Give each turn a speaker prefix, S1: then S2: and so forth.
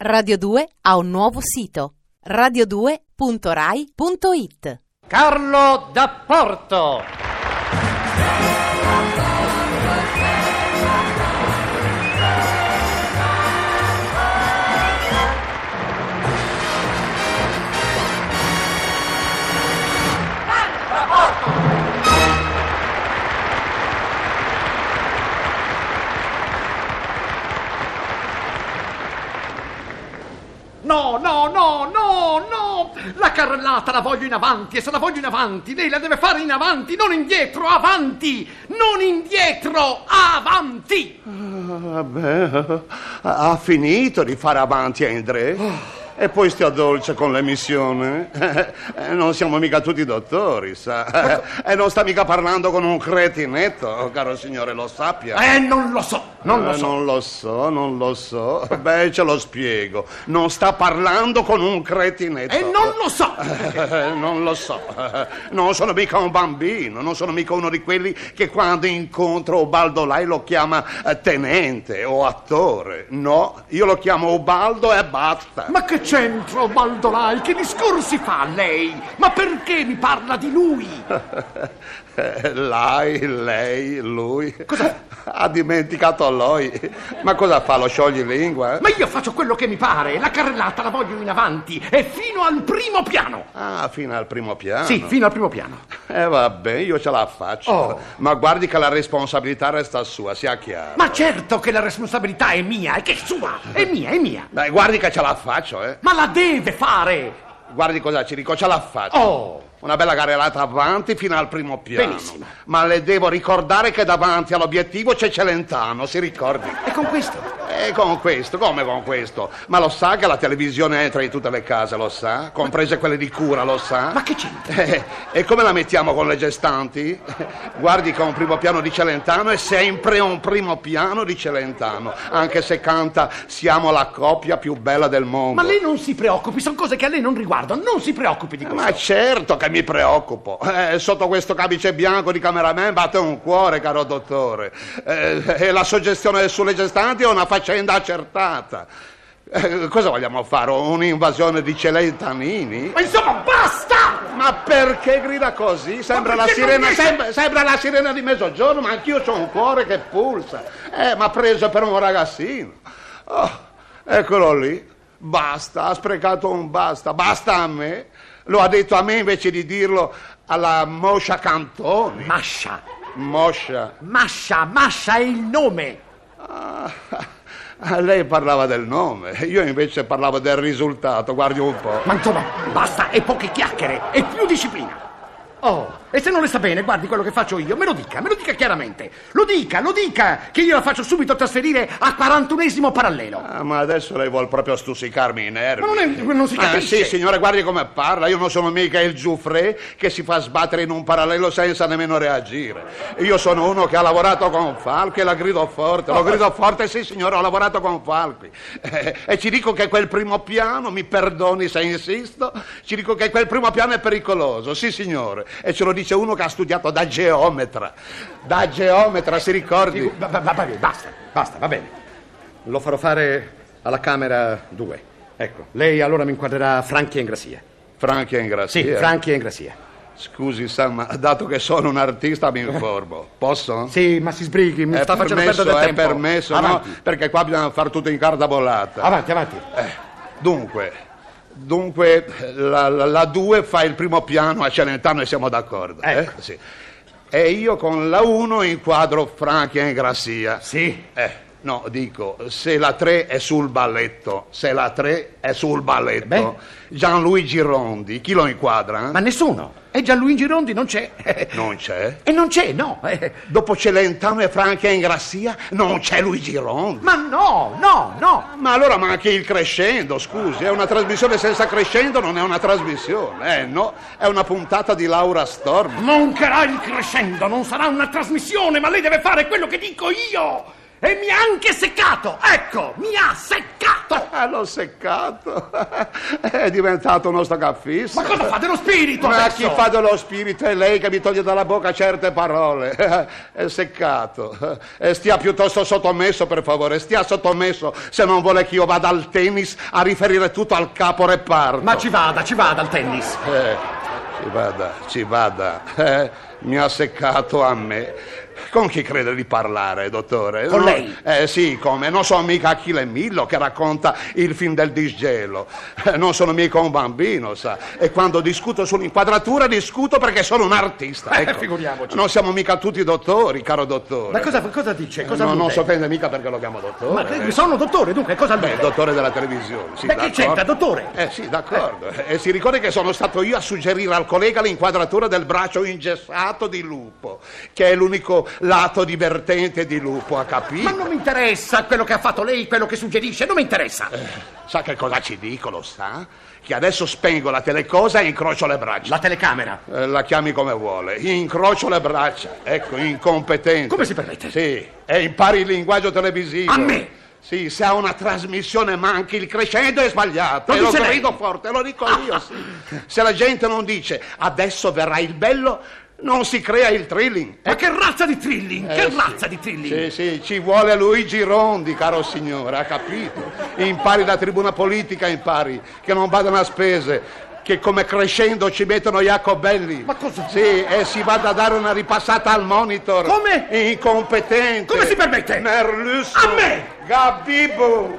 S1: Radio 2 ha un nuovo sito radio2.rai.it
S2: Carlo D'Apporto. No, no, no, no, no! La carrellata la voglio in avanti e se la voglio in avanti, lei la deve fare in avanti, non indietro, avanti! Non indietro, avanti!
S3: Ah, beh, ha ha finito di fare avanti Andre?
S2: Ah.
S3: E poi stia dolce con le missioni. Eh, Non siamo mica tutti dottori, sa.
S2: Ecco.
S3: E non sta mica parlando con un cretinetto, caro signore, lo sappia.
S2: Eh, non lo so, non lo
S3: Eh,
S2: so.
S3: non lo so, non lo so. Beh, ce lo spiego. Non sta parlando con un cretinetto.
S2: E non lo so!
S3: Eh, non lo so, non sono mica un bambino, non sono mica uno di quelli che quando incontro Ubaldo Lai lo chiama eh, tenente o attore. No, io lo chiamo Ubaldo e basta.
S2: Ma che c'entro, Baldolai? Che discorsi fa lei? Ma perché mi parla di lui?
S3: Eh, Lai, lei, lui. Cosa? Ha dimenticato lui. Ma cosa fa? Lo sciogli lingua?
S2: Ma io faccio quello che mi pare, la carrellata la voglio in avanti e fino al primo piano.
S3: Ah, fino al primo piano.
S2: Sì, fino al primo piano.
S3: Eh vabbè, io ce la faccio.
S2: Oh.
S3: Ma guardi che la responsabilità resta sua, sia chiaro.
S2: Ma certo che la responsabilità è mia, e che è sua, è mia, è mia.
S3: Dai, guardi che ce la faccio, eh.
S2: Ma la deve fare!
S3: Guardi cosa ci dico, ce la faccio.
S2: Oh.
S3: Una bella carrellata avanti fino al primo piano.
S2: Benissimo.
S3: Ma le devo ricordare che davanti all'obiettivo c'è Celentano, si ricordi?
S2: E con questo?
S3: E con questo, come con questo? Ma lo sa che la televisione entra in tutte le case, lo sa? Comprese quelle di cura, lo sa?
S2: Ma che c'entra?
S3: Eh, e come la mettiamo con le gestanti? Guardi che è un primo piano di Celentano è sempre un primo piano di Celentano, anche se canta Siamo la coppia più bella del mondo.
S2: Ma lei non si preoccupi, sono cose che a lei non riguardano, non si preoccupi di questo.
S3: Ma certo che mi preoccupo. Eh, sotto questo camice bianco di cameraman batte un cuore, caro dottore. Eh, e la suggestione sulle gestanti è una faccenda accertata. Eh, cosa vogliamo fare? Un'invasione di celentanini?
S2: Ma insomma, basta!
S3: Ma perché grida così? Sembra
S2: Ma
S3: la
S2: perché non
S3: sirena,
S2: riesce-
S3: sembra, sembra la sirena di mezzogiorno, ma anch'io ho un cuore che pulsa. Eh, ma preso per un ragazzino. Oh, eccolo lì. Basta, ha sprecato un basta. Basta a me. Lo ha detto a me invece di dirlo alla Moscia Cantoni.
S2: Mascia,
S3: Moscia.
S2: Mascia, Mascia è il nome.
S3: Ah, lei parlava del nome, io invece parlavo del risultato, guardi un po'.
S2: Ma insomma, basta e poche chiacchiere e più disciplina. Oh, e se non le sta bene, guardi quello che faccio io, me lo dica, me lo dica chiaramente. Lo dica, lo dica, che io la faccio subito trasferire a 41 parallelo.
S3: Ah, ma adesso lei vuole proprio stuzzicarmi i nervi.
S2: Ma non, è- non si
S3: Ah,
S2: capisce.
S3: sì, signore, guardi come parla. Io non sono mica il Giuffre che si fa sbattere in un parallelo senza nemmeno reagire. Io sono uno che ha lavorato con Falchi e la grido forte. Lo grido forte, sì, signore, ho lavorato con Falchi. Eh, e ci dico che quel primo piano, mi perdoni se insisto, ci dico che quel primo piano è pericoloso, sì, signore. E ce lo dice uno che ha studiato da geometra. Da geometra, si ricordi?
S2: Va- va- va- va bene, basta, basta, va bene. Lo farò fare alla Camera 2. Ecco, lei allora mi inquadrerà Franchi e Ingrassia.
S3: Franchi è in grazia.
S2: Sì, Franchi e Ingrassia.
S3: Scusi, Sam, ma dato che sono un artista mi informo. Posso?
S2: Sì, ma si sbrighi, mi
S3: è
S2: sta facendo
S3: permesso,
S2: perdere
S3: è
S2: tempo.
S3: permesso, no?
S2: avanti,
S3: Perché qua bisogna far tutto in carta bollata.
S2: avanti, avanti.
S3: Eh, dunque, dunque la, la- la 2 fa il primo piano a Celentano e siamo d'accordo. eh?
S2: Ecco.
S3: Sì. E io con la 1 inquadro Franchi e Grassia.
S2: Sì.
S3: Eh, no, dico, se la 3 è sul balletto, se la 3 è sul balletto,
S2: Beh.
S3: Gianluigi Rondi, chi lo inquadra?
S2: Ma nessuno. E Gianluigi Rondi non c'è.
S3: Non c'è?
S2: E non c'è, no. eh.
S3: Dopo Celentano e Franca Ingrassia non c'è Luigi Rondi.
S2: Ma no, no, no.
S3: Ma allora manca il crescendo, scusi, è una trasmissione senza crescendo, non è una trasmissione, eh no, è una puntata di Laura Storm.
S2: Mancherà il crescendo, non sarà una trasmissione, ma lei deve fare quello che dico io. E mi ha anche seccato! Ecco, mi ha seccato!
S3: Ah, l'ho seccato. È diventato uno staccaffista.
S2: Ma cosa fa dello spirito
S3: Ma
S2: adesso?
S3: chi fa dello spirito è lei che mi toglie dalla bocca certe parole. È seccato. E stia piuttosto sottomesso, per favore. Stia sottomesso se non vuole che io vada al tennis a riferire tutto al capo reparto.
S2: Ma ci vada, ci vada al tennis.
S3: Eh, ci vada, ci vada. Eh, mi ha seccato a me. Con chi crede di parlare, dottore?
S2: Con
S3: No-
S2: lei.
S3: Eh sì, come? Non sono mica Achille Millo che racconta il film del disgelo. Eh, non sono mica un bambino, sa. E quando discuto sull'inquadratura discuto perché sono un artista.
S2: Eh,
S3: ecco.
S2: figuriamoci.
S3: Non siamo mica tutti dottori, caro dottore.
S2: Ma cosa, cosa dice? Cosa
S3: no, non
S2: allude?
S3: si offende mica perché lo chiamo dottore.
S2: Ma credi, sono dottore, dunque, cosa
S3: Beh,
S2: allude?
S3: il dottore della televisione, sì.
S2: Beh, che
S3: d'accordo.
S2: c'entra, dottore?
S3: Eh sì, d'accordo. E si ricordi che sono stato io a suggerire al collega l'inquadratura del braccio ingessato di lupo, che è l'unico lato divertente di lupo, ha capito?
S2: Ma non mi interessa quello che ha fatto lei, quello che suggerisce, non mi interessa.
S3: Sa che cosa ci dicono, sa? Che adesso spengo la telecosa e incrocio le braccia.
S2: La telecamera.
S3: Eh, La chiami come vuole, incrocio le braccia, ecco, incompetente.
S2: Come si permette?
S3: Sì, e impari il linguaggio televisivo.
S2: A me?
S3: Sì, se a una trasmissione manchi il crescendo è sbagliato.
S2: Lo
S3: e lo
S2: dice lei? Ah.
S3: grido forte, lo dico io, sì. Se la gente non dice adesso verrà il bello, non si crea il thrilling.
S2: Ma che razza di thrilling?
S3: Eh,
S2: che
S3: sì.
S2: razza di thrilling?
S3: Sì, sì, ci vuole Luigi Rondi, caro signore, ha capito? Impari da tribuna politica, impari, che non vadano a spese, che come crescendo ci mettono Jacobelli.
S2: Ma cosa-
S3: Sì, e si vada a dare una ripassata al monitor.
S2: Come?
S3: Incompetente.
S2: Come si permette?
S3: Merlusso.
S2: A me?
S3: Gabibu.